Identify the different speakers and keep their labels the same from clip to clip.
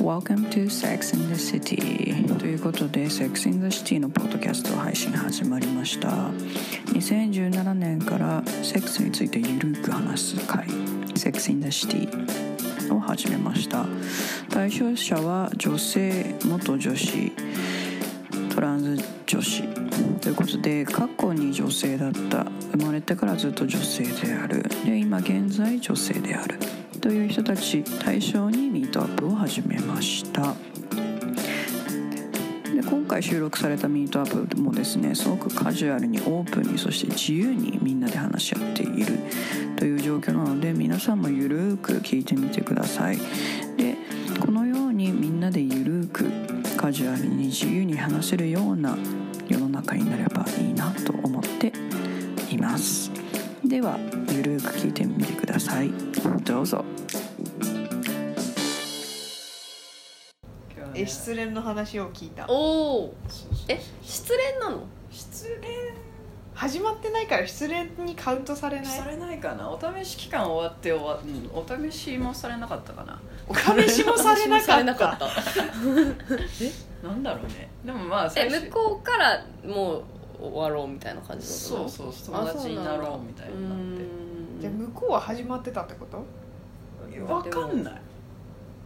Speaker 1: Welcome to Sex in the City ということで Sex in the City のポッドキャスト配信始まりました2017年からセックスについてゆるく話す会 Sex in the City を始めました対象者は女性元女子トランス女子ということで過去に女性だった生まれてからずっと女性であるで今現在女性であるという人たち対象にミートアップを始めましたで今回収録されたミートアップもですねすごくカジュアルにオープンにそして自由にみんなで話し合っているという状況なので皆さんもゆるーく聞いてみてくださいでこのようにみんなでゆるーくカジュアルに自由に話せるような世の中になればいいなと思っていますではゆるーく聞いてみてくださいどうぞ
Speaker 2: え失恋の話を聞いた
Speaker 3: おおえ失恋なの
Speaker 4: 失恋
Speaker 2: 始まってないから失恋にカウントされない
Speaker 4: されないかなお試し期間終わって終わ、うん、お試しもされなかったかな
Speaker 2: お試しもされなかった
Speaker 3: た
Speaker 4: なんだろうねでもまあ
Speaker 3: え
Speaker 4: 最初
Speaker 3: 向こうからもう終わろうみたいな感じだった
Speaker 4: そうそう友達になろうみたいになっ
Speaker 2: じゃあ向こうは始まってたってこと
Speaker 4: てわかんない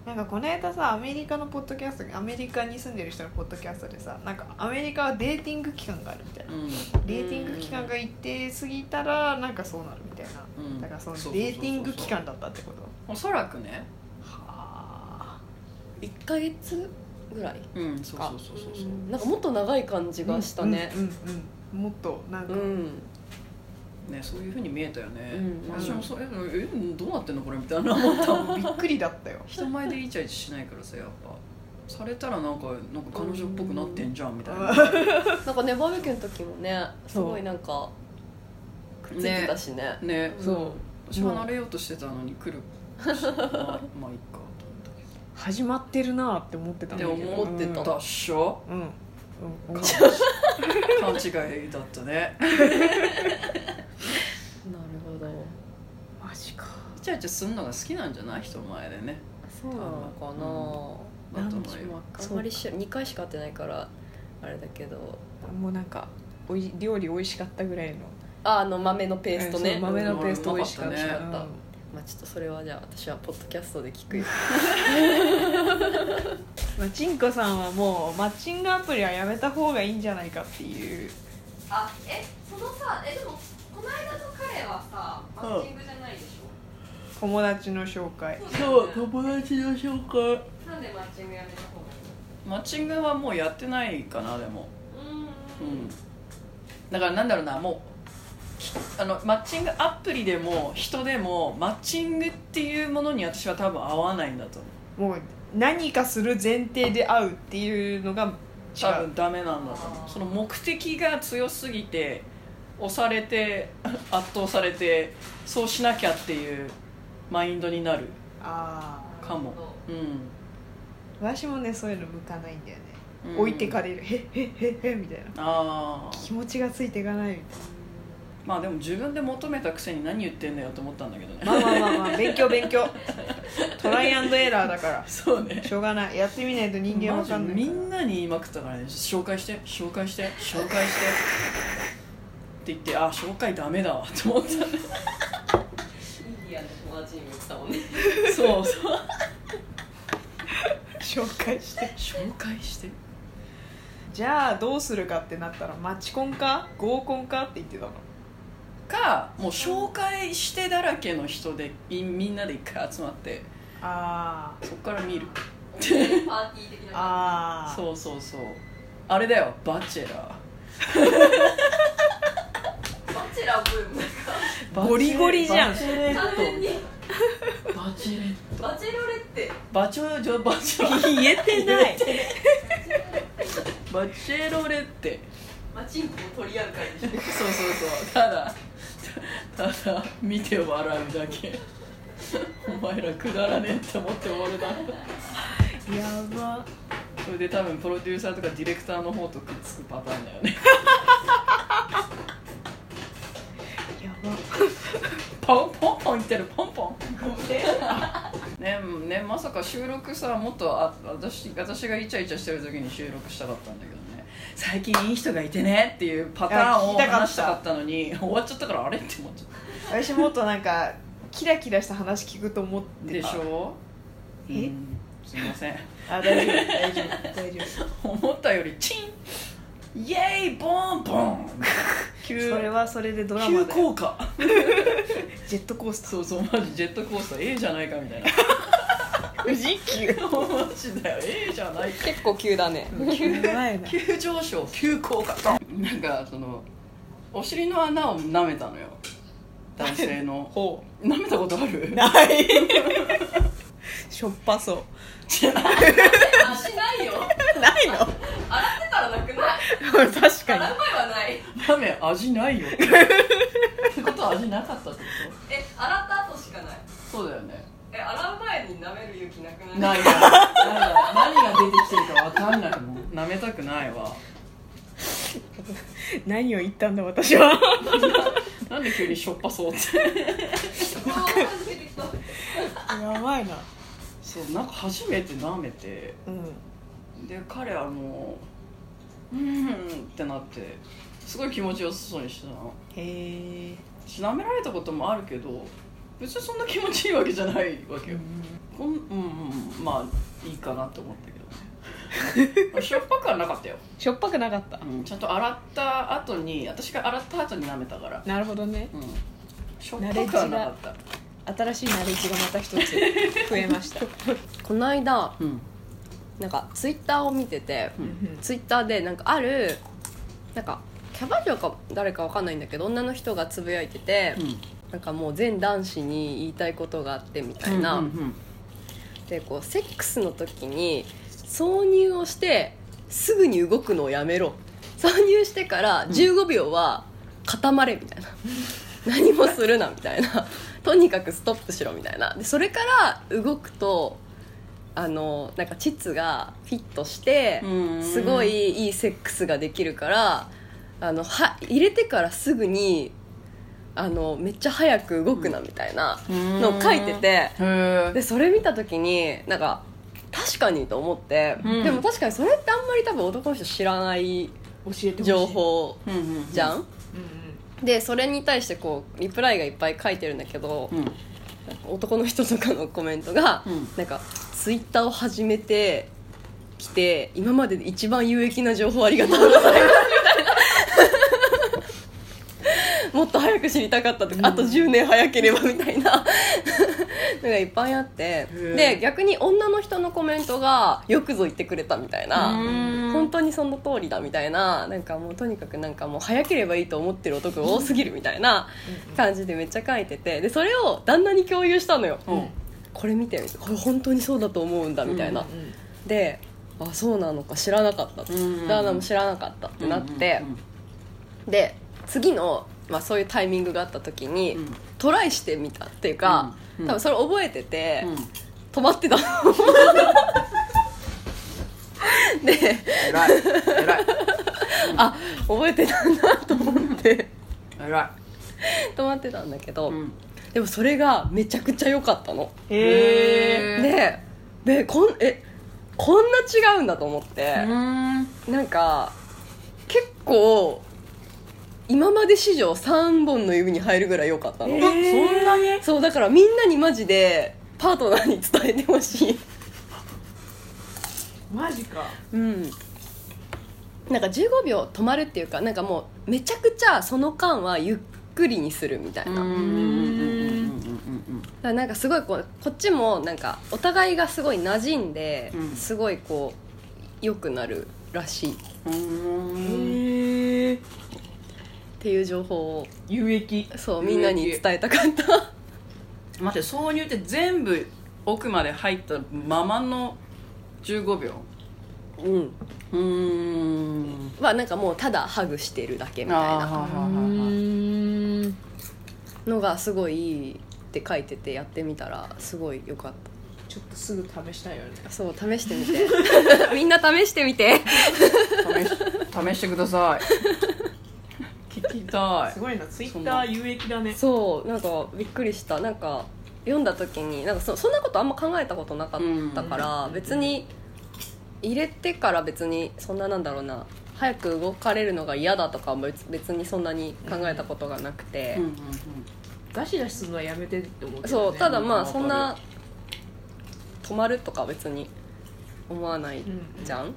Speaker 2: なんかこの間さアメリカのポッドキャストアメリカに住んでる人のポッドキャストでさなんかアメリカはデーティング期間があるみたいな
Speaker 4: う
Speaker 2: デーティング期間が一定過ぎたらなんかそうなるみたいなん
Speaker 4: うん
Speaker 2: だからその
Speaker 4: ううう
Speaker 2: デーティング期間だったってこと
Speaker 4: おそらくね
Speaker 2: はあ
Speaker 3: 一ヶ月ぐらい
Speaker 4: うんそうそうそうそうそう
Speaker 3: なんかもっと長い感じがしたね
Speaker 2: うんうんうんもっとなん
Speaker 3: う
Speaker 2: か
Speaker 3: ん
Speaker 4: ねそういうふうに見えたよね
Speaker 3: うん
Speaker 4: 私もそうええどうなってんのこれみたいな思ったもん
Speaker 2: びっくりだったよ
Speaker 4: 人前でイチャイチャしないからさやっぱされたらなんかなんか彼女っぽくなってんじゃんみたいな
Speaker 3: なんかねバーベキューの時もねすごいなんかくっついてたしね
Speaker 4: ね
Speaker 3: うん
Speaker 2: そう
Speaker 4: 私離れようとしてたのに 来るしまあまあいいかと思ったけど
Speaker 2: 始まってるなって思ってたんだけど
Speaker 4: でも思
Speaker 3: ってた
Speaker 4: だっしょ
Speaker 2: うんうん うん
Speaker 4: 勘違いだったね
Speaker 3: なるほど
Speaker 2: マジか
Speaker 4: イチャイチャするのが好きなんじゃない人前でね
Speaker 3: そうなのかな、
Speaker 4: だと
Speaker 3: 私
Speaker 4: 思う
Speaker 3: も
Speaker 4: よ
Speaker 3: あんまりし2回しか会ってないからあれだけど
Speaker 2: もうなんかおい料理美味しかったぐらいの
Speaker 3: ああの豆のペーストね、
Speaker 2: そう豆のペースト
Speaker 4: うん
Speaker 2: 美味しかった
Speaker 4: 美味し
Speaker 3: かったまあちょっとそれはじゃあ私はポッドキャストで聞くよ
Speaker 2: まあ、ちんこさんはもうマッチングアプリはやめた方がいいんじゃないかっていう
Speaker 3: あえそのさえでもこの間の彼はさマ
Speaker 4: ッチ
Speaker 3: ングじゃないでしょ、
Speaker 2: 友達の紹介
Speaker 4: 友達の紹介
Speaker 3: なんでマッチングやめた方が
Speaker 4: マッチングはもうやってないかなでも
Speaker 3: いい
Speaker 4: うんだからなんだろうなもうあのマッチングアプリでも人でもマッチングっていうものに私は多分合わないんだと思う
Speaker 2: もう何かする前提で会うっていうのが違
Speaker 4: 多
Speaker 2: う
Speaker 4: 分ダメなんだと思うその目的が強すぎて押されて 圧倒されてそうしなきゃっていうマインドになる
Speaker 2: ああ
Speaker 4: かも
Speaker 2: 私もねそういうの向かないんだよね、
Speaker 4: うん、うん
Speaker 2: 置いてかれるへっへっへっへみたいな
Speaker 4: ああ
Speaker 2: 気持ちがついていかないみたい
Speaker 4: まあでも自分で求めたくせに何言ってんだよと思ったんだけどね
Speaker 2: なまあまあまあま あ勉強勉強トライアンドエラーだから
Speaker 4: そうね
Speaker 2: しょうがないやってみないと人間わかんない
Speaker 4: マジみんなに言いまくったからね紹介して紹介して紹介してって言ってあ紹介ダメだわと思 った
Speaker 3: インディアンの友達にも言ってたもんね
Speaker 4: そうそう
Speaker 2: 紹介 して
Speaker 4: 紹介して
Speaker 2: じゃあどうするかってなったらマチコンか合コンかって言ってたの
Speaker 4: かもう紹介してだらけの人でいみんなで一回集まって
Speaker 2: あ
Speaker 4: そこから見る
Speaker 3: パーティー
Speaker 2: ー
Speaker 3: 的
Speaker 2: あー
Speaker 4: そうそうそうあれだよバチェラ
Speaker 3: バチェラーブーム
Speaker 4: ー
Speaker 2: ゴリゴリじゃん
Speaker 4: バチェレッ
Speaker 3: に
Speaker 4: トバチェレット
Speaker 3: バチェロレって
Speaker 4: バチョジョバチョ
Speaker 2: 言えてない
Speaker 4: バチェロレッテ
Speaker 3: マチンコを取り合う会でし
Speaker 4: そうそうそうただたただ見て笑うだけお前らくだらねえって思って終わるな
Speaker 2: やば
Speaker 4: それで多分プロデューサーとかディレクターの方とくっつくパターンだよね
Speaker 2: やば
Speaker 4: ポンポンポンいってるポンポン
Speaker 3: ょ
Speaker 4: ねねまさか収録さもっとあ私私がイチャイチャしてる時に収録したかったんだけどね最近いい人がいてねっていうパターンを
Speaker 2: いや聞きたかった
Speaker 4: 話したかったのに終わっちゃったからあれって思っちゃった
Speaker 2: 私もっとなんかキラキラした話聞くと思ってた
Speaker 4: でしょ
Speaker 2: え
Speaker 4: うんすいません
Speaker 2: あ大丈夫大丈夫大丈
Speaker 4: 思ったよりチンイエーイボンボン
Speaker 2: 夫
Speaker 4: 急
Speaker 2: それはそれでドラマ
Speaker 4: 急
Speaker 2: で
Speaker 4: 降下
Speaker 2: ジェットコースタ
Speaker 4: そうそうマジジェットコースター A じゃないかみたい な
Speaker 2: ー富士急
Speaker 4: マジだよ A じゃないか
Speaker 3: 結構急だね
Speaker 2: 前な
Speaker 4: 急上昇急降下なんかそのお尻の穴を舐めたのよ男性の
Speaker 2: ほ
Speaker 4: 舐めたことある
Speaker 2: ないしょっぱそ
Speaker 3: あしない よ
Speaker 2: うないの
Speaker 3: 洗ってたらなくない
Speaker 2: 確
Speaker 3: 洗う前はない
Speaker 4: 舐め味ないよってことは味なかったってこ
Speaker 3: え洗った後しかない
Speaker 4: とそうだよね
Speaker 3: え洗う前に舐める勇気なくない
Speaker 4: ないなないな何が出てきてるか分かんないもん舐めたくないわ
Speaker 2: 何を言ったんだ私は
Speaker 4: なんで急にしょっぱそうって
Speaker 3: うわー初めて来た
Speaker 2: やばいな
Speaker 4: そうなんか初めて舐めて
Speaker 2: うん
Speaker 4: で彼はもううーんってなってすごい気持ちよさそうにしてたの
Speaker 2: へえ
Speaker 4: 私舐められたこともあるけど別にそんな気持ちいいわけじゃないわけよ、こんうんうんまあいいかなと思ったけ どねしょっぱくはなかったよ、
Speaker 2: しょっぱくなかった
Speaker 4: うん、ちゃんと洗った後に私が洗った後に舐めたから、
Speaker 2: なるほどね
Speaker 4: うん、しょっぱくはなかった
Speaker 2: 新しいナレッジがまた一つ増えま した
Speaker 3: この間
Speaker 4: うん
Speaker 3: なんかツイッターを見てて
Speaker 4: うん
Speaker 3: ツイッターでなんかあるなんかキャバ嬢か誰かわかんないんだけど女の人がつぶやいてて、なんかもう全男子に言いたいことがあってみたいな、
Speaker 4: うんうん
Speaker 3: でこうセックスの時に挿入をしてすぐに動くのをやめろ挿入してから15秒は固まれみたいな、何もするなみたいなとにかくストップしろみたいなでそれから動くとあのなんか膣がフィットして
Speaker 4: うん
Speaker 3: すごいいいセックスができるからあのは入れてからすぐにあのめっちゃ早く動くなみたいなのを書いてて。
Speaker 4: へ
Speaker 3: でそれ見た時になんか確かにと思って、
Speaker 4: うん
Speaker 3: でも確かにそれってあんまり多分男の人知らない
Speaker 2: 教えてほしい
Speaker 3: 情報
Speaker 4: うんうん
Speaker 3: じゃん、
Speaker 2: うん
Speaker 3: でそれに対してこうリプライがいっぱい書いてるんだけど、
Speaker 4: うん
Speaker 3: 男の人とかのコメントが、
Speaker 4: うん
Speaker 3: なんかツイッターを始めてきて今までで一番有益な情報ありがとうございますみたいなもっと早く知りたかったとか、あと10年早ければみたいなのがいっぱいあって
Speaker 4: ー
Speaker 3: で逆に女の人のコメントがよくぞ言ってくれたみたいな
Speaker 4: うん
Speaker 3: 本当にその通りだみたいななんかもうとにかくなんかもう早ければいいと思ってる男が多すぎるみたいな感じでめっちゃ書いててでそれを旦那に共有したのよ。
Speaker 4: うん
Speaker 3: これ見てみてこれ本当にそうだと思うんだみたいな、
Speaker 2: うん
Speaker 3: であそうなのか知らなかったって、
Speaker 4: うん
Speaker 3: ダーナも知らなかったってなって、
Speaker 4: うん
Speaker 3: で次の、まあ、そういうタイミングがあった時に、
Speaker 4: うん
Speaker 3: トライしてみたっていうか、
Speaker 4: うんうん
Speaker 3: 多分それ覚えてて、
Speaker 4: うんうん
Speaker 3: 止 まってたで
Speaker 4: 偉い偉い
Speaker 3: あ覚えてたんだと思って
Speaker 4: 偉
Speaker 3: 止まってたんだけど、
Speaker 4: いうん
Speaker 3: でもそれがめちゃくちゃ良かったの
Speaker 2: へえ
Speaker 3: ででこんえこんな違うんだと思って、
Speaker 4: うん
Speaker 3: なんか結構今まで史上3本の指に入るぐらい良かったの、
Speaker 2: えー
Speaker 4: そんなに
Speaker 3: そうだからみんなにマジでパートナーに伝えてほしい
Speaker 2: マジか
Speaker 3: うんなんか15秒止まるっていうかなんかもうめちゃくちゃその間はゆっくりにするみたいな、だ
Speaker 4: う
Speaker 3: からなんかすごいこうこっちもなんかお互いがすごい馴染んで、
Speaker 4: うん
Speaker 3: すごいこう良くなるらしいっ
Speaker 4: ん
Speaker 2: へえ
Speaker 3: ていう情報を
Speaker 2: 有益
Speaker 3: そうみんなに伝えたかった
Speaker 4: 待って挿入って全部奥まで入ったままの15秒
Speaker 3: うん
Speaker 4: うーん
Speaker 3: はなんかもうただハグしてるだけみたいな
Speaker 2: うん
Speaker 3: のがすごいいいって書いててやってみたらすごい良かっ
Speaker 2: ちょっとすぐ試したいよね
Speaker 3: たそう試してみてみんな試してみて
Speaker 4: 試 し試してください聞きたい
Speaker 2: すごいなツイ
Speaker 4: そん
Speaker 2: ッタ
Speaker 4: な
Speaker 2: ー有益だね
Speaker 3: そうなんかびっくりしたなんか読んだ時になんかそそんなことあんま考えたことなかったから、
Speaker 4: うん
Speaker 3: 別に入れてから別にそんななんだろうな早く動かれるのが嫌だとかは別別にそんなに考えたことがなくて、
Speaker 4: うんうん
Speaker 2: ガシガシするのはやめてって思って
Speaker 3: そうただま
Speaker 4: う
Speaker 3: あ
Speaker 4: ん
Speaker 3: そんな止まるとか別に思わない
Speaker 2: うん
Speaker 3: じゃん、
Speaker 4: うん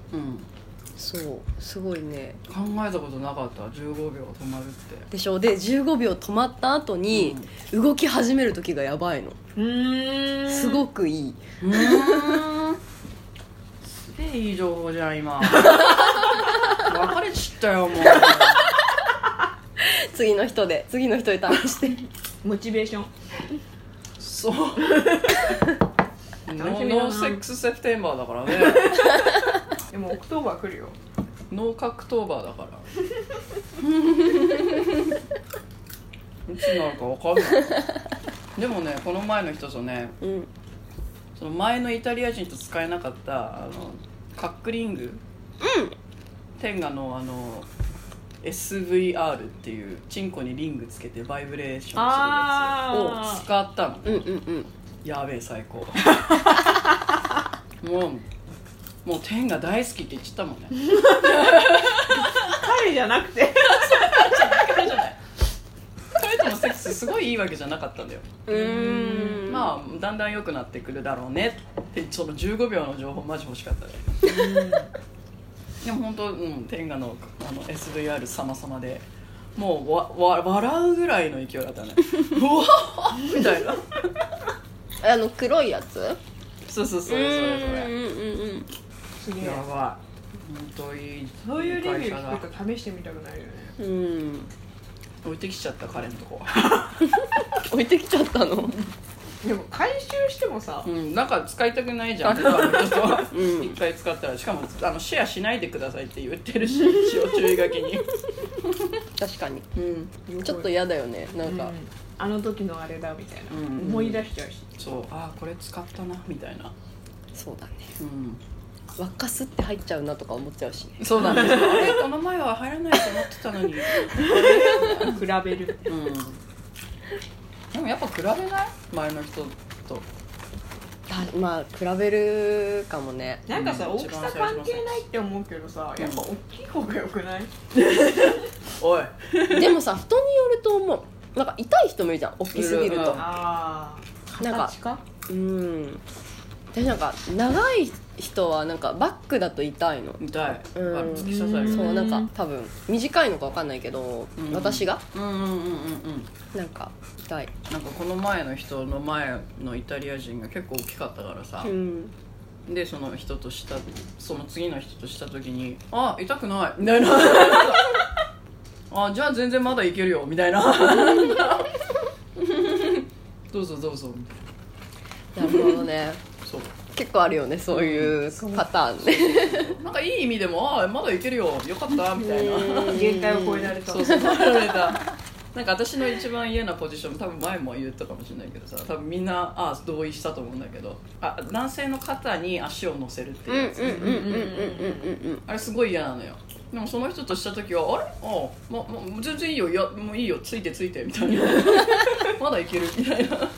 Speaker 3: そうすごいね
Speaker 4: うん考えたことなかった15秒止まるって
Speaker 3: でしょで15秒止まった後に動き始める時がやばいの
Speaker 2: うーん
Speaker 3: す
Speaker 2: い
Speaker 3: ごくいい、
Speaker 4: うーんすげえいい情報じゃん 今別れちったよもう
Speaker 3: 次の人で次の人で試 して
Speaker 2: モチベーション
Speaker 4: そうノ
Speaker 2: 楽しみだな
Speaker 4: ノーセックスセプテンバーだからね
Speaker 2: でもオクトーバー来るよ
Speaker 4: ノーカクトーバーだからいつなるか分かんないでもねこの前の人とね
Speaker 3: うん
Speaker 4: その前のイタリア人と使えなかったあのカックリング、天下のあの SVR っていうチンコにリングつけてバイブレーションするやつを
Speaker 2: あ
Speaker 4: 使ったの
Speaker 3: うんうんうん
Speaker 4: やべえ最高もうもう天が大好きって言っちゃったもんね
Speaker 2: あ彼じゃなくて
Speaker 4: 彼じゃない彼とのセックスすごいいいわけじゃなかったんだよ、
Speaker 3: うーん
Speaker 4: まあだんだん良くなってくるだろうねってその15秒の情報マジ欲しかったねでも本当うん天下のあの SVR 様々でもうわわ笑うぐらいの勢いだったねうわーみたいな
Speaker 3: あの黒いやつ
Speaker 4: そうそうそれそれそれ
Speaker 3: うんうんうん
Speaker 2: すげえ
Speaker 4: やばい本当いい
Speaker 2: そういうレビ
Speaker 4: 会
Speaker 2: ュ
Speaker 4: 社
Speaker 2: ー
Speaker 4: だ
Speaker 2: 聞くと試してみたくなるよね
Speaker 3: うんうん
Speaker 4: 置いてきちゃった彼のとこ
Speaker 3: 置いてきちゃったの
Speaker 2: でも回収してもさ
Speaker 4: うん、なんか使いたくないじゃん 他の人は
Speaker 3: う ん
Speaker 4: 一回使ったらしかもあのシェアしないでくださいって言ってる し一応注意書きに、
Speaker 3: 確かに
Speaker 4: うん
Speaker 3: ちょっと嫌だよねなん
Speaker 2: う
Speaker 3: か
Speaker 2: ん、あの時のあれだみたいな、
Speaker 4: うん
Speaker 2: 思い出しち ゃうし
Speaker 4: そうああこれ使ったなみたいな、
Speaker 3: そうだね
Speaker 4: うん、
Speaker 3: 沸かすって入っちゃうなとか思っちゃうしね
Speaker 4: そうなん ですよあれこの前は入らないと思ってたのに、
Speaker 2: 比べる
Speaker 4: うん、でもやっぱ比べない前の人と
Speaker 3: たまあ比べるかもね
Speaker 2: なんかさ、
Speaker 4: うん
Speaker 2: 大きさ関係ないって思うけどさやっぱ大きい方がよくない、
Speaker 4: おい
Speaker 3: でもさ人によると思うなんか痛い人もいるじゃん大きすぎると
Speaker 4: うん
Speaker 2: ああ
Speaker 3: なんか
Speaker 2: 形か
Speaker 3: うん私なんか長い人はなんかバックだと痛いの
Speaker 4: 痛い、
Speaker 3: うん
Speaker 4: あ突き刺され
Speaker 2: ん
Speaker 4: る
Speaker 3: そううなんか多分短いのかわかんないけど、
Speaker 4: うん
Speaker 3: 私が
Speaker 4: んうんうんうんうん
Speaker 3: なんか痛い
Speaker 4: なんかこの前の人の前のイタリア人が結構大きかったからさ、
Speaker 3: うん
Speaker 4: でその人としたその次の人とした時に「あ痛くない」みたいな「 あじゃあ全然まだいけるよ」みたいな「 どうぞどうぞ」みたい
Speaker 3: なるほどね
Speaker 4: なそう
Speaker 3: 結構あるよねそういうパターンね
Speaker 4: なんかいい意味でも「あまだいけるよよかった」みたいな
Speaker 3: うん
Speaker 2: 限界を超えられた
Speaker 4: そうそうそうられたなんか私の一番嫌なポジション多分前も言ったかもしれないけどさ多分みんなあ同意したと思うんだけどあ男性の肩に足を乗せるって
Speaker 3: うん
Speaker 4: いう
Speaker 3: うん
Speaker 4: やつ、
Speaker 3: うんうんうんうんうん
Speaker 4: あれすごい嫌なのよでもその人とした時は「あれああ、ま、ま全然いいよいやもういいよついてついて」みたいな 「まだいける」みたいな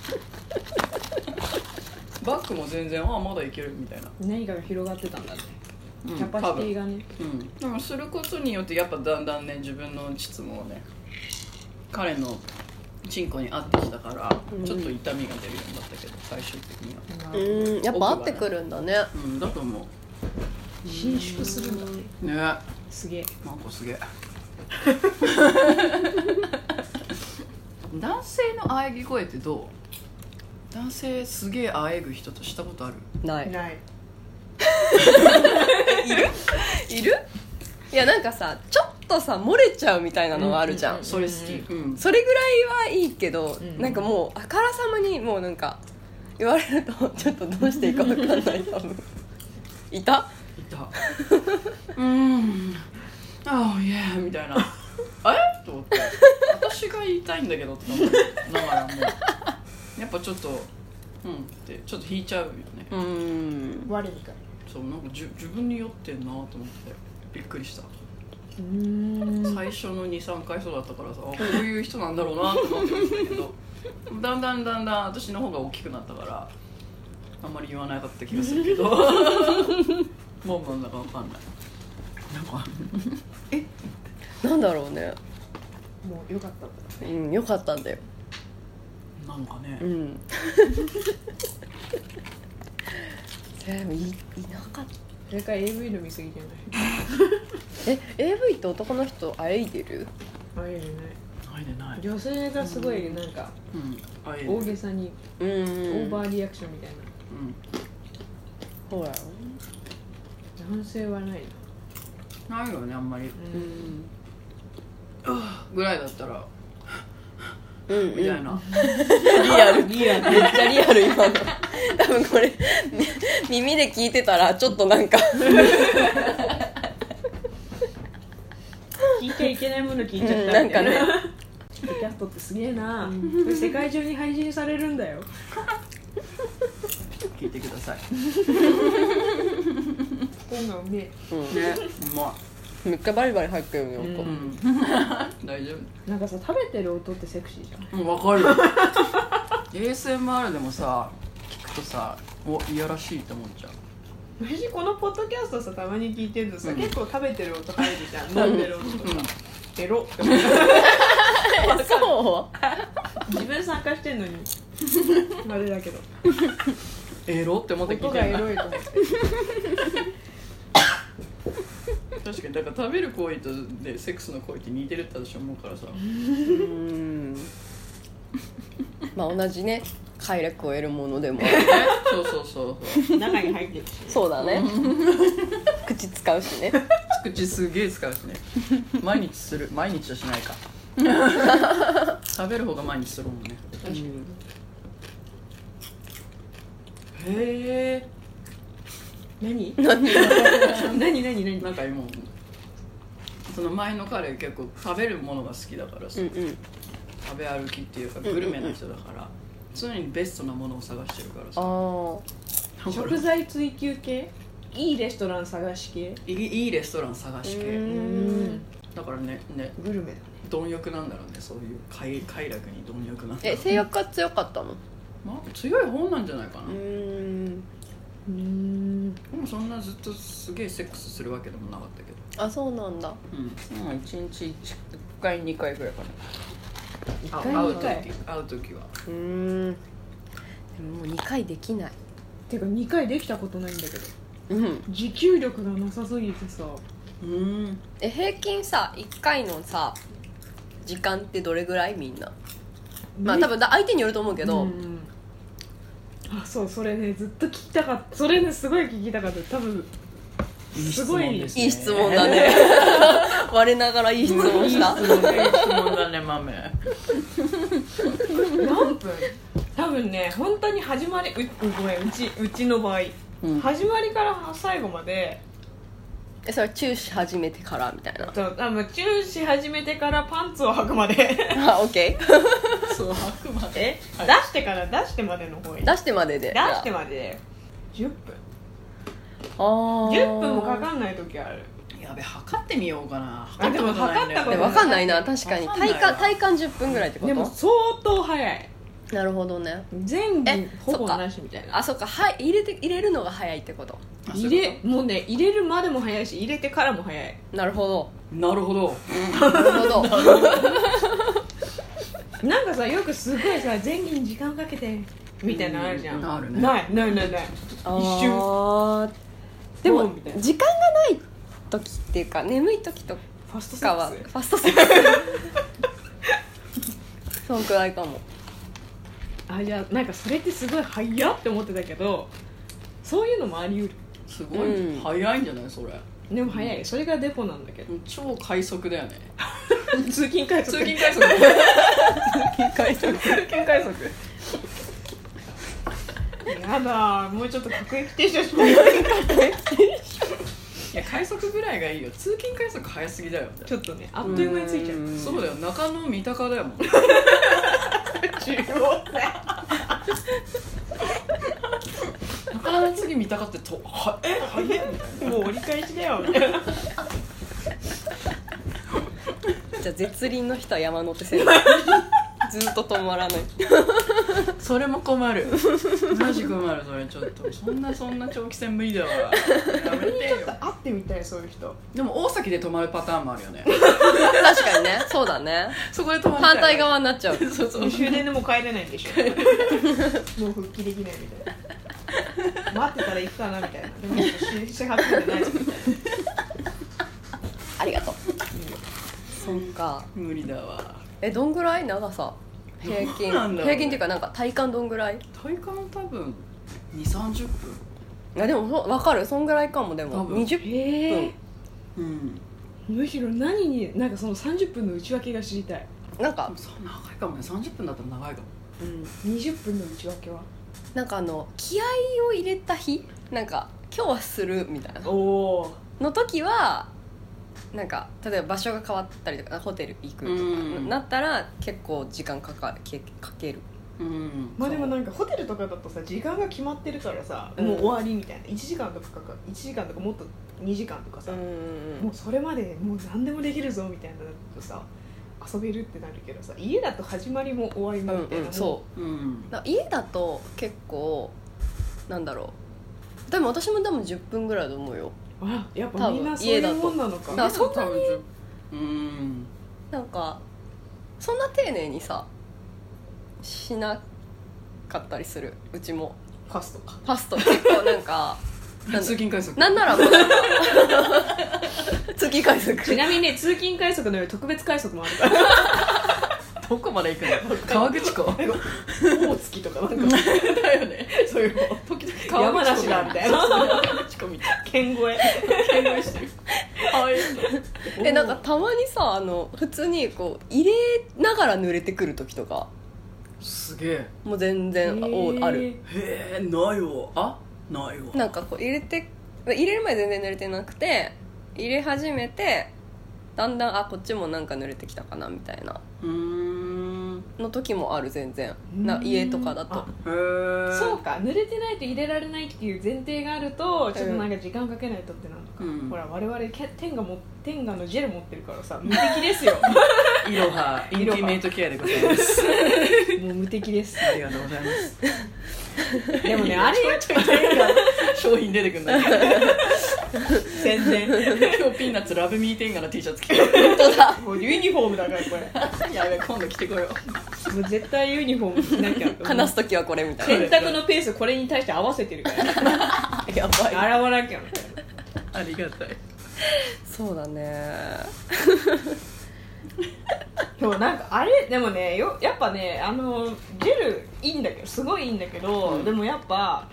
Speaker 4: バックも全然「ああまだいける」みたいな、
Speaker 2: 何かが広がってたんだね
Speaker 4: うん、
Speaker 2: キャパシティがね
Speaker 4: 多分うんでもすることによってやっぱだんだんね自分の質問をね彼のチンコに合ってきたから、
Speaker 3: うん
Speaker 4: ちょっと痛みが出るようになったけど最終的には
Speaker 3: うんやっぱ合ってくるんだね
Speaker 4: うんだと思
Speaker 2: 伸縮するんだね
Speaker 4: うねな
Speaker 2: すげえ
Speaker 4: んかすげえ 男性の喘ぎ声ってどう男性すげえ喘ぐ人としたことある
Speaker 3: ない
Speaker 2: ない
Speaker 3: いるいやなんかさちょっとさ漏れちゃうみたいなのがあるじゃん、
Speaker 2: うんうんうん
Speaker 4: それ好きうん
Speaker 3: それぐらいはいいけど、
Speaker 2: うん
Speaker 3: なんかもうあからさまにもうなんか言われるとちょっとどうしていいか分かんない多分いた
Speaker 4: いた うんああいやみたいな あれと思って私が言いたいんだけどって思いながらもやっぱちょっとうんってちょっと引いちゃうよね
Speaker 3: うん
Speaker 2: 我にか
Speaker 4: そうなんかじゅ自分に酔ってんなと思ってびっくりした
Speaker 2: うーん
Speaker 4: 最初の23回そうだったからさあこういう人なんだろうなと思ってましたけどだんだんだんだん私の方が大きくなったからあんまり言わなかった気がするけどもうなんだかわかんないなんか
Speaker 3: なんだろうね
Speaker 2: もうよかったんだ
Speaker 3: うんよかったんだよ
Speaker 4: なんかね、
Speaker 3: うん えいいなかった
Speaker 2: それから AV の見過ぎじゃ
Speaker 3: え AV って男の人あえいでる
Speaker 2: ないあえ
Speaker 4: 会えてな
Speaker 2: ない
Speaker 4: い、
Speaker 2: 女性がすごいなんか
Speaker 4: うん、会えてない
Speaker 2: 大げさに
Speaker 3: う
Speaker 2: オ
Speaker 3: ん
Speaker 2: ーバ
Speaker 3: ー
Speaker 2: ーリアクションみたい
Speaker 4: うん
Speaker 3: ほら
Speaker 2: な男性はないな
Speaker 4: ないよねあんまり
Speaker 3: うん
Speaker 4: ぐらいだったら
Speaker 3: うんうん
Speaker 4: みたいな、
Speaker 3: リアルリアルめっちゃリアル今の 多分これね耳で聞いてたらちょっとなんか
Speaker 2: 聞いちゃいけないもの聞いちゃ
Speaker 3: う
Speaker 2: っ
Speaker 3: ん
Speaker 2: た
Speaker 3: な
Speaker 2: み
Speaker 3: ん
Speaker 2: た
Speaker 3: か
Speaker 2: いな
Speaker 3: ね
Speaker 2: ポッドキャストってすげえな、これ世界中に配信されるんだよ
Speaker 4: 聞いてください
Speaker 2: 今がうめえ
Speaker 3: うん
Speaker 4: ねうま
Speaker 3: めっちゃバリバリ入ってるよ、
Speaker 4: い、う
Speaker 3: こ
Speaker 4: ん、 大丈夫
Speaker 2: なんかさ食べてる音ってセクシーじゃん
Speaker 4: うん、わか る ASMR でもさ聞くとさおいやらしいって思っちゃう
Speaker 2: 私このポッドキャストさたまに聞いてるとさ、
Speaker 4: うん
Speaker 2: 結構食べてる音入るじゃん飲んでる音とか、エロって思う
Speaker 3: うそ
Speaker 2: 自分参加してんのにあれだけど
Speaker 4: エロって思って聞い
Speaker 2: 音が
Speaker 4: て
Speaker 2: エ
Speaker 4: る
Speaker 2: ロいと思って
Speaker 4: 確かにだから食べる行為とでセックスの行為って似てるって私思うからさ
Speaker 3: ううんまあ同じね快楽を得るものでもある
Speaker 4: ねそうそうそうそう
Speaker 2: 中に入ってるし
Speaker 3: そうだね口使うしね
Speaker 4: 口すげえ使うしね 毎日する毎日はしないか食べる方が毎日するもんねへ
Speaker 2: 何
Speaker 3: 何
Speaker 2: 何何何
Speaker 4: えなんか今その前の彼結構食べるものが好きだからさ、
Speaker 3: うんうん
Speaker 4: 食べ歩きっていうかグルメな人だから常にベストなものを探してるからさ
Speaker 3: あ
Speaker 4: だから
Speaker 2: 食材追求系いいレストラン探し系
Speaker 4: いいいいレストラン探
Speaker 3: あ
Speaker 4: し
Speaker 3: う
Speaker 4: て
Speaker 3: ん
Speaker 4: だからねね
Speaker 2: グルメだね
Speaker 4: 貪欲なんだろうねそういう快快楽に貪欲なんだろ
Speaker 3: え
Speaker 4: う
Speaker 3: 性欲は強かったの
Speaker 4: まあ、強い方なんじゃないかな、で
Speaker 3: ん
Speaker 2: うん
Speaker 4: もそんなずっとすげえセックスするわけでもなかったけど
Speaker 3: あそうなんだ
Speaker 4: うん、うん、1日1回2回ぐらいか
Speaker 2: 一
Speaker 4: な
Speaker 2: 回
Speaker 4: 会う
Speaker 2: 二
Speaker 4: 時
Speaker 2: 回
Speaker 4: 会う時は
Speaker 3: うんでももう2回できない
Speaker 2: てか2回できたことないんだけど
Speaker 3: うん
Speaker 2: 持久力がなさすぎてさ
Speaker 4: うん
Speaker 3: え平均さ1回のさ時間ってどれぐらいみんなまあ多分だ相手によると思うけ
Speaker 2: け
Speaker 3: ど、
Speaker 2: あそうそれねずっと聞きたかったそれねすごい聞きたかった多分すごい
Speaker 3: いい質問だね 我ながらいい質問した
Speaker 4: いい質問だね豆
Speaker 2: 何分 多分ね本当に始まりうごめんうちうちの場合、
Speaker 4: うん
Speaker 2: 始まりから最後まで
Speaker 3: えそれチューし始めてからみたいな
Speaker 2: そうあのチューし始めてからパンツを履くまで
Speaker 3: あオッケー
Speaker 4: そうあくまで
Speaker 2: え、
Speaker 4: はい
Speaker 2: 出してから出してまでの方に出
Speaker 3: 出してまでで
Speaker 2: して
Speaker 3: ま
Speaker 2: までで10分
Speaker 3: あー
Speaker 2: 10分もかかんない時ある
Speaker 4: やべ測ってみようかな
Speaker 2: あでも
Speaker 4: ないんだよ
Speaker 2: 測ったこと
Speaker 3: でわかんないな確かに
Speaker 4: わかんない
Speaker 3: 体
Speaker 4: わ
Speaker 3: 感体感10分ぐらいってこ
Speaker 2: でも
Speaker 3: と
Speaker 2: 相当早い
Speaker 3: なるほどね
Speaker 2: 全
Speaker 3: え
Speaker 2: 部ほ
Speaker 3: そっ
Speaker 2: ぼ
Speaker 3: か
Speaker 2: なしみたいな
Speaker 3: あそっかはい入れて入れるのが早いってこと
Speaker 4: あそう
Speaker 2: 入
Speaker 4: いう
Speaker 2: れ
Speaker 4: こ
Speaker 2: もうね入れるまでも早いし入れてからも早い
Speaker 3: なるほど
Speaker 4: となるほど
Speaker 3: なるほど
Speaker 2: なんかさよくすごいさ前期に時間かけてみたいなのあるじゃん
Speaker 4: うんあるね
Speaker 2: ないないないない 一瞬
Speaker 3: あーで
Speaker 2: ボ
Speaker 3: も
Speaker 2: ンみたいな
Speaker 3: 時間がない時っていうか眠い時と
Speaker 2: ファストセ
Speaker 3: か
Speaker 2: ッ
Speaker 3: は
Speaker 2: ク
Speaker 3: フ
Speaker 2: ス
Speaker 3: ァスト セックスそんくらいかも
Speaker 2: あじゃあなんかそれってすごい早っって思ってたけどそういうのもあり得
Speaker 4: すごい、
Speaker 3: うん
Speaker 4: 早いんじゃないそれ
Speaker 2: るでも早いそれがデポなんだけど
Speaker 4: 超快速だよね
Speaker 2: 通勤 快
Speaker 4: 通
Speaker 2: 速
Speaker 4: 勤快速
Speaker 3: 快速
Speaker 4: 通勤快速
Speaker 2: やだもうちょっと各駅停車しない
Speaker 4: いや快速ぐらいがいいよ通勤快速早すぎだよ
Speaker 2: ちょっとねあっという間についちゃう
Speaker 4: そうだよ中野三鷹だよもん
Speaker 2: 中央
Speaker 4: 中野次三鷹ってとはえ早いみたいな
Speaker 2: 線もう折り返しだよ
Speaker 3: じゃあ絶輪の人は山手線ずっと止まらない
Speaker 4: それも困るマジ困るそれちょっとそんなそんな長期戦無理だわやめてよ
Speaker 2: 会ってみたいそういう人
Speaker 4: でも大崎で止まるパターンもあるよね
Speaker 3: 確かにねそうだね
Speaker 4: そこで止まる
Speaker 3: 反対側になっちゃう
Speaker 4: そうそう
Speaker 2: 終電でもう帰れないんでしょ もう復帰できないみたいな待ってたら行くかなみたいなでも始発までないみ たい
Speaker 3: ありがとうそっか
Speaker 4: 無理だわ
Speaker 3: えどんぐらい長さ平
Speaker 4: ど
Speaker 3: 均
Speaker 4: うなんだろう
Speaker 3: 平均っていうかなんか体感どんぐらい
Speaker 4: 体感多分2 3 0分
Speaker 3: あでもそう分かるそんぐらいかもで
Speaker 4: 多
Speaker 3: も
Speaker 4: 分
Speaker 3: 20
Speaker 2: なへ
Speaker 3: 分
Speaker 4: うん
Speaker 2: むしろ何になんかその30分の内訳が知りたい、
Speaker 3: なんか
Speaker 4: あ、そう長いかもね30分だったら長いかも
Speaker 3: うん、
Speaker 2: 20分の内訳は
Speaker 3: なんかあの気合を入れた日なんか今日はするみたいな
Speaker 2: おお
Speaker 3: の時はなんか例えば場所が変わったりとかホテル行くとか
Speaker 4: うん
Speaker 3: なったら結構時間かかけかける
Speaker 4: うん
Speaker 2: まあでもなんかホテルとかだとさ時間が決まってるからさ、
Speaker 3: うん
Speaker 2: もう終わりみたいな1時間とかかか1時間とかもっと2時間とかさ、もうそれまでもう何でもできるぞみたいなのだとさ遊べるってなるけどさ家だと始まりも終わり
Speaker 3: う
Speaker 2: もみ
Speaker 3: ん
Speaker 2: たいな、
Speaker 3: うんそううんだ家だと結構なんだろうでも私も多分10分ぐらいだと思うよ
Speaker 2: うあやっぱみんなそういうもんなのか
Speaker 3: 多分家だとそんなに
Speaker 4: うん
Speaker 3: なんかそんな丁寧にさしなかったりするうちも
Speaker 2: ファストか
Speaker 3: パスト結構なんか なんだ
Speaker 4: 通勤快速
Speaker 3: なんなら もうなんか通勤快速
Speaker 2: ちなみにね通勤快速のより特別快速もあるから
Speaker 4: どこまで行くの川口湖
Speaker 2: 大月とかなんか
Speaker 4: だよね
Speaker 2: そういうの
Speaker 4: 時々
Speaker 2: 山
Speaker 4: 川口湖
Speaker 2: 梨だみたいな
Speaker 4: 川口湖みたい
Speaker 2: 県越え
Speaker 4: なしてる可愛い
Speaker 3: えなんかたまにさあの普通にこう入れながら濡れてくる時とか
Speaker 4: すげえ
Speaker 3: もう全
Speaker 2: へ
Speaker 3: 然お
Speaker 2: ー
Speaker 3: ある
Speaker 4: へえないわあないわ
Speaker 3: なんかこう入れて入れる前全然濡れてなくて入れ始めてだんだんあこっちもなんか濡れてきたかなみたいな
Speaker 4: うーんへ
Speaker 3: の時もある全然な
Speaker 2: うん
Speaker 3: 家とかだと
Speaker 2: あ
Speaker 4: え
Speaker 2: そうか濡れてないと入れられないっていう前提があるとちょっとなんか時間かけないとってなるのか、
Speaker 4: うん
Speaker 2: ほら我々け天下も天下のジェル持ってるからさ無敵で すよ
Speaker 4: いろはインティメイトケアでござい ます
Speaker 2: もう無敵です
Speaker 4: ありがとうござい ます
Speaker 2: でもねあれ
Speaker 4: ちょいちょい天下の商品出てくんない
Speaker 2: 宣伝
Speaker 4: 今日ピーナッツラブミーテンガの T シャツ着てる
Speaker 2: もうユニフォームだからこれ
Speaker 4: やべ今度着てこよ
Speaker 2: もう絶対ユニフォームしなきゃ
Speaker 3: 話す時はこれみたい
Speaker 2: 洗濯のペースこれに対して合わせてるから
Speaker 3: なやばい
Speaker 2: 洗わなきゃみたいな
Speaker 4: うありがたい
Speaker 3: そうだね
Speaker 2: でもなんかあれでもねよやっぱねあのジェルいいんだけどすごいいいんだけど、
Speaker 4: うん
Speaker 2: でもやっぱ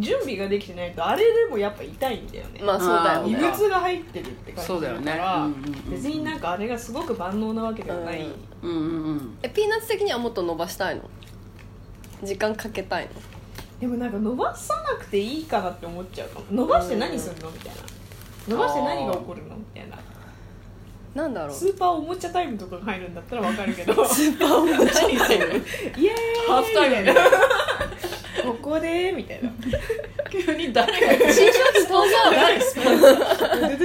Speaker 2: 準備ができてないとあれでもやっぱ痛いんだよね、
Speaker 3: まあそうだよ
Speaker 4: あー
Speaker 2: 異
Speaker 4: い
Speaker 3: ね
Speaker 4: く
Speaker 2: 物が入ってるって感じ
Speaker 4: そうだよね
Speaker 2: から、
Speaker 4: うんうんうん
Speaker 2: 別になんかあれがすごく万能なわけではない、
Speaker 3: うん
Speaker 4: うんうんうん
Speaker 3: えピーナッツ的にはもっと伸ばしたいの時間かけたいの
Speaker 2: でもなんか伸ばさなくていいかなって思っちゃうかも伸ばして何するのみたいな伸ばして何が起こるのみたいな
Speaker 3: なんだろう
Speaker 2: スーパーおもちゃタイムとかが入るんだったらわかる けど
Speaker 3: ーパーおもちゃ
Speaker 4: 何それ
Speaker 2: イエーイ
Speaker 4: ハーフタイムで
Speaker 2: ここでみたいな
Speaker 4: 急に誰が
Speaker 3: 新商品登場
Speaker 4: 誰スポン
Speaker 2: ドゥドゥドゥドゥドゥ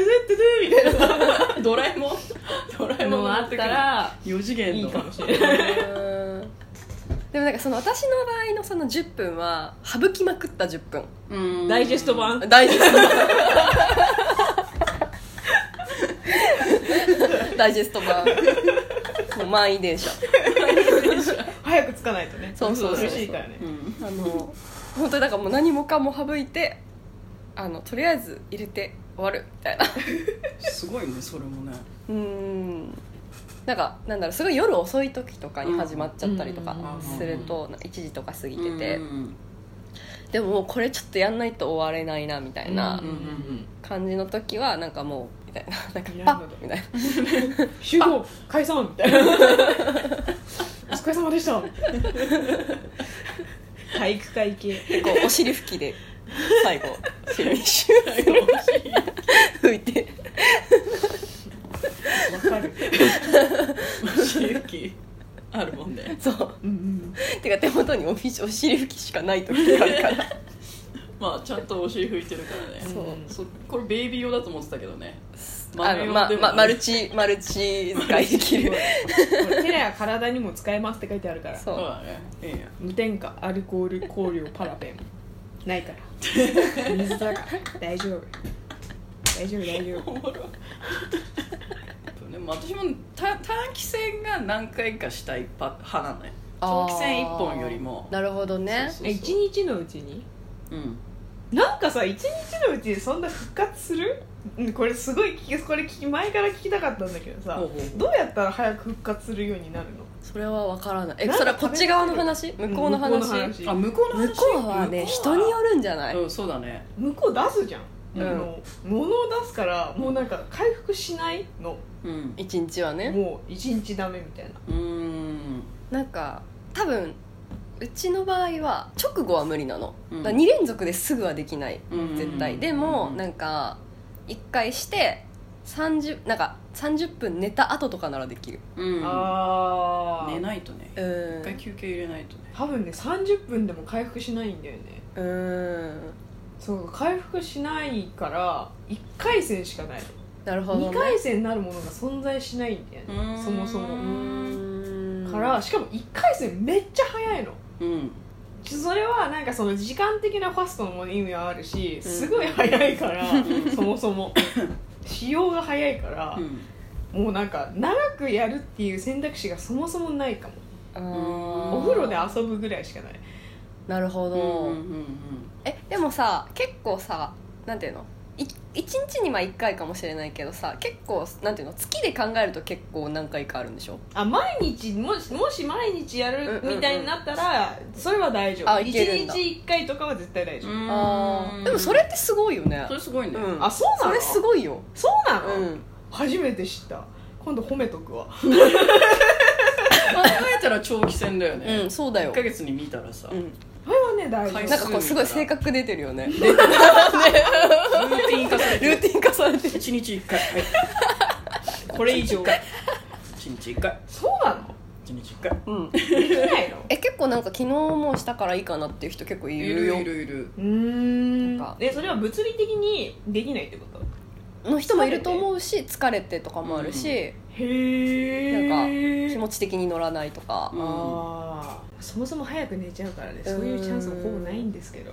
Speaker 2: みたいな
Speaker 4: ドラえ もんドラえもん
Speaker 2: のあったら
Speaker 4: 4次元の
Speaker 2: いいかもしれない
Speaker 3: うんでもなんかその私の場合のその10分は省きまくった10分
Speaker 4: うん
Speaker 2: ダイジェスト版
Speaker 3: 大ジェストダイジェスト版もう満員電車
Speaker 2: 早くつかないとね
Speaker 3: そうそうそう
Speaker 2: 苦しいからね
Speaker 4: うん
Speaker 3: あの本当にだからもう何もかも省いてあのとりあえず入れて終わるみたいな
Speaker 4: すごいねそれもね
Speaker 3: うんなんかなんだろうすごい夜遅い時とかに始まっちゃったりとか
Speaker 4: うん
Speaker 3: すると1時とか過ぎてて
Speaker 4: うんうん
Speaker 3: でももうこれちょっとやんないと終われないなみたいな
Speaker 4: うん うん
Speaker 3: 感じの時はなんかもうみたいななんか
Speaker 2: いや
Speaker 3: パッみたいな
Speaker 2: 集合解散みたい なお疲れ様でした 体育会系
Speaker 3: こうお尻拭きで最後フィニッシュ 拭いて
Speaker 2: わかる
Speaker 4: うん刺激あるもんね
Speaker 3: そう
Speaker 2: うんうん
Speaker 3: てか手元におひお尻拭きしかない時があるから
Speaker 4: まあちゃんとお尻拭いてるからね
Speaker 3: そう
Speaker 4: そこれベイビー用だと思ってたけどね
Speaker 3: あのままマルチマルチ使いできる
Speaker 2: これテレは体にも使えますって書いてあるから
Speaker 4: そう
Speaker 3: そう
Speaker 4: だねいいよ
Speaker 2: 無添加アルコール香料パラベンないから水だから大丈夫大丈夫大丈夫
Speaker 4: でも私もた短期戦が何回かしたいパ派なのよ
Speaker 3: あー
Speaker 4: 長期戦1本よりも
Speaker 3: なるほどね
Speaker 4: そう
Speaker 2: え
Speaker 4: そう
Speaker 2: 一
Speaker 4: そう
Speaker 2: 日のうちに
Speaker 4: うん
Speaker 2: なんかさ一日のうちにそんな復活するうんこれすごい聞きこれ聞き前から聞きたかったんだけどさ
Speaker 4: ほうほう
Speaker 2: どうやったら早く復活するようになるの
Speaker 3: それは分からないえ
Speaker 2: なんか
Speaker 3: それはこっち側の話向こうの話,、
Speaker 2: うん
Speaker 4: あ
Speaker 2: 向こ
Speaker 4: 向こうの話
Speaker 3: 向こうはね人によるんじゃない、
Speaker 4: うんそうだね
Speaker 2: う向こう出すじゃん、
Speaker 4: うん
Speaker 2: あの物を出すからもうなんか回復しないの
Speaker 4: うん
Speaker 3: 一日はね
Speaker 2: もう一日ダメみたいな
Speaker 4: うーん
Speaker 3: なんか多分うちの場合は直後は無理なの、
Speaker 4: うん
Speaker 3: だ2連続ですぐはできない
Speaker 4: うん
Speaker 3: 絶対、でも
Speaker 4: うん
Speaker 3: なんか1回して30なんか30分寝た後とかならできる
Speaker 4: うん
Speaker 2: あ
Speaker 4: 寝
Speaker 2: あ
Speaker 4: ないとね
Speaker 3: う
Speaker 4: 一回
Speaker 3: ん
Speaker 4: 休憩入れないとね
Speaker 2: 多分ね30分でも回復しないんだよね
Speaker 3: うん
Speaker 2: そう回復しないから1回戦しかない、
Speaker 3: なるほど、ね、
Speaker 2: 2回戦になるものが存在しないんだよ
Speaker 4: う
Speaker 2: ね
Speaker 4: ーん
Speaker 2: そもそも
Speaker 3: うん
Speaker 2: からしかも1回戦めっちゃ早いの
Speaker 4: うん
Speaker 2: それはなんかその時間的なファストの意味はあるし
Speaker 3: うん
Speaker 2: すごい早いから、
Speaker 4: うん
Speaker 2: そもそも使用が早いから、もうなんか長くやるっていう選択肢がそもそもないかも
Speaker 3: あー
Speaker 4: お
Speaker 2: お風呂で遊ぶぐらいしかない
Speaker 3: なる
Speaker 4: う
Speaker 3: ほ
Speaker 4: ん
Speaker 3: ど、
Speaker 4: うんうん
Speaker 3: えでもさ結構さなんていうのい一日にまあ1回かもしれないけどさ結構なんていうの月で考えると結構何回かあるんでしょ
Speaker 2: あ毎日もしもし毎日やるみたいになったら、それは大丈夫1
Speaker 3: あいけるんだ
Speaker 2: 日1回とかは絶対大丈夫、
Speaker 4: うん
Speaker 3: あーでもそれってすごいよね
Speaker 4: それすごいね
Speaker 3: うん
Speaker 2: あそうな
Speaker 3: そ
Speaker 2: の
Speaker 3: れすごいよ
Speaker 2: そうな
Speaker 3: う
Speaker 2: の、
Speaker 3: ん
Speaker 2: 初めて知った今度褒めとくわ
Speaker 4: 考えたら長期戦だよね
Speaker 3: うんそうだ
Speaker 4: 1
Speaker 3: よ
Speaker 4: ヶ月に見たらさ
Speaker 3: う
Speaker 4: ルー
Speaker 3: ん
Speaker 2: それはね大丈夫
Speaker 4: 回
Speaker 3: なん
Speaker 4: 数
Speaker 3: かこうすごい性格出てるよね
Speaker 4: ティン化されて
Speaker 3: ルーティン化されて る
Speaker 4: 1日1回はい
Speaker 2: これ以上
Speaker 4: 1日1回
Speaker 2: そうなの
Speaker 4: 1日1回
Speaker 3: うん
Speaker 2: できないの
Speaker 3: え結構なんか昨日もうしたからいいかなっていう人結構いるよ
Speaker 4: いるいる
Speaker 2: うーん
Speaker 3: なんか
Speaker 2: えそれは物理的にできないってこと
Speaker 3: の人もいると思うし疲れてとかもあるし、
Speaker 2: へえ
Speaker 3: 気持ち的に乗らないとか、
Speaker 4: うん
Speaker 2: ああそもそも早く寝ちゃうからねそういうチャンスもほぼないんですけ ど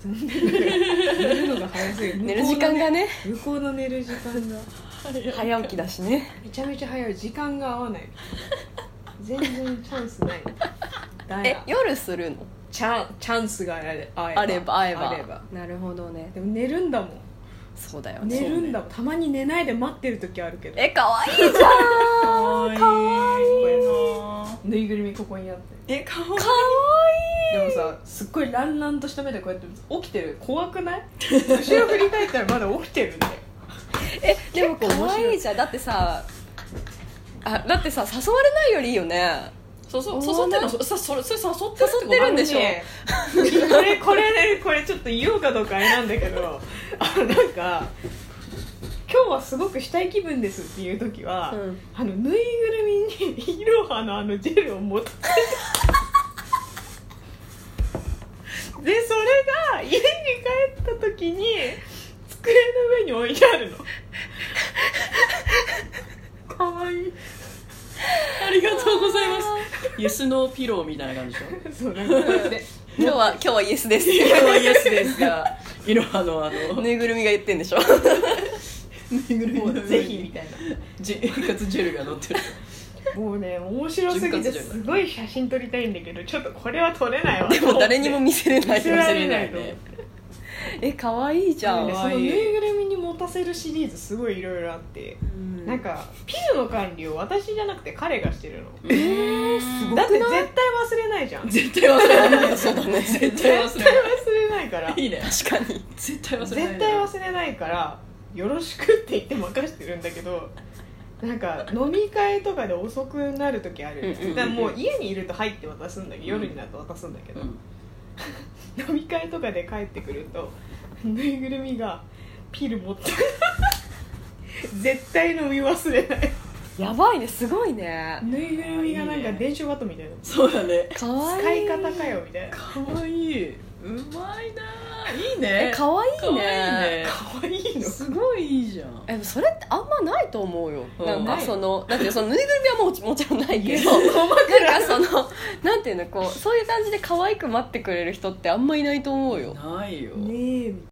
Speaker 2: 残念ながら寝るのが早すぎる
Speaker 3: 寝る時間がね
Speaker 2: 向こうの寝る時間が
Speaker 3: 早起きだしね
Speaker 2: めちゃめちゃ早い時間が合わない全然チャンス ないだ
Speaker 3: え
Speaker 2: よ
Speaker 3: 夜するの
Speaker 2: チャンチャンスがあれば
Speaker 3: あれば会えば
Speaker 2: あれば
Speaker 3: なるほどね
Speaker 2: でも寝るんだも
Speaker 3: そうだよ
Speaker 2: ん
Speaker 3: ね
Speaker 2: 寝るんだもん、たまに寝ないで待ってる時あるけど
Speaker 3: え可愛いじゃん
Speaker 4: わいい
Speaker 2: ぬいぐるみここにあって
Speaker 4: えかわいい
Speaker 3: 可愛い
Speaker 2: でもさすっごいランランとした目でこうやって起きてる怖くない後ろ振り返ったらまだ起きてるんだよ
Speaker 3: えでも
Speaker 2: 結構面
Speaker 3: 可
Speaker 2: 白い
Speaker 3: 愛いじゃんだってさあだってさ誘われないよりいいよね
Speaker 4: そうそう
Speaker 3: 思
Speaker 4: 誘
Speaker 3: わ
Speaker 4: っ
Speaker 3: な
Speaker 4: て
Speaker 3: い
Speaker 4: るのそさそれそれ誘ってる
Speaker 3: 誘ってるんでしょ
Speaker 2: あのねこれこれねこれちょっと言おうかどうかあれなんだけどあのなんか今日はすごくしたい気分ですっていう時は、
Speaker 3: うん
Speaker 2: あのぬいぐるみにイロハのあのジェルを持ってでそれが家に帰った時に机の上に置いてあるのかわいい
Speaker 4: ありがとうございますイエスノーピローみたいな感じでしょ
Speaker 2: そうなんかこうやって
Speaker 3: 今日は今日はイエスです
Speaker 4: 今日はイエスですがいろはのあの
Speaker 3: ぬいぐるみが言ってんでしょ
Speaker 4: ぬいぐるみ
Speaker 2: も
Speaker 4: の上
Speaker 2: う
Speaker 4: に
Speaker 2: ぜひみたいな
Speaker 4: ジェ潤滑ジェルが乗ってる
Speaker 2: もうね面白すぎてすごい写真撮りたいんだけどちょっとこれは撮れないわ
Speaker 3: でも誰にも見せれない
Speaker 2: 見せられ
Speaker 4: 見せ
Speaker 2: ない
Speaker 4: れないね
Speaker 3: え可愛いじ
Speaker 2: じゃ
Speaker 3: ゃ
Speaker 2: あ、
Speaker 3: ん
Speaker 2: ね、そのぬいぐるみに持たせるシリーズすごいいろいろあって、
Speaker 3: うん
Speaker 2: なんかピルの管理を私じゃなくて彼がしてるの
Speaker 4: えー、
Speaker 3: すご
Speaker 2: だって
Speaker 3: く
Speaker 2: 絶
Speaker 3: ない
Speaker 2: 対忘れないじゃん絶
Speaker 4: 絶対忘れない
Speaker 3: そうだね
Speaker 4: 絶対忘
Speaker 2: 対
Speaker 4: れない
Speaker 2: 忘れないから
Speaker 4: いいね
Speaker 3: 確かに
Speaker 4: 絶対忘れない
Speaker 2: 絶対忘れないから「よろしく」って言って任してるんだけどなんか飲み会とかで遅くなる時ある、
Speaker 3: うんうんうんうん
Speaker 2: だからもう家にいると入って渡すんだけど夜になると渡すんだけど、飲み会とかで帰ってくるとぬいぐるみがピル持 ってる絶対飲み忘れない
Speaker 3: やばいねすごいね
Speaker 2: ぬいぐるみがなんか電車バトみたいな
Speaker 4: そうだね
Speaker 3: 可
Speaker 2: 使
Speaker 3: 愛い
Speaker 2: い方かよみたいな
Speaker 4: かわいいうまいなあいいね
Speaker 3: え可愛い
Speaker 4: 可
Speaker 3: い
Speaker 4: 愛い
Speaker 3: ね
Speaker 4: ね
Speaker 2: 可愛いの
Speaker 4: すごいいいじゃん
Speaker 3: えでもそれってあんまないと思うよ、
Speaker 4: うん
Speaker 3: なん
Speaker 4: な
Speaker 3: か
Speaker 4: い
Speaker 3: そのだってそのぬいぐるみはもうもちろんないけ どなんかそのなんていうのこうそういう感じで可愛く待ってくれる人ってあんまいないと思うよ
Speaker 4: ないよ、
Speaker 2: ねえみ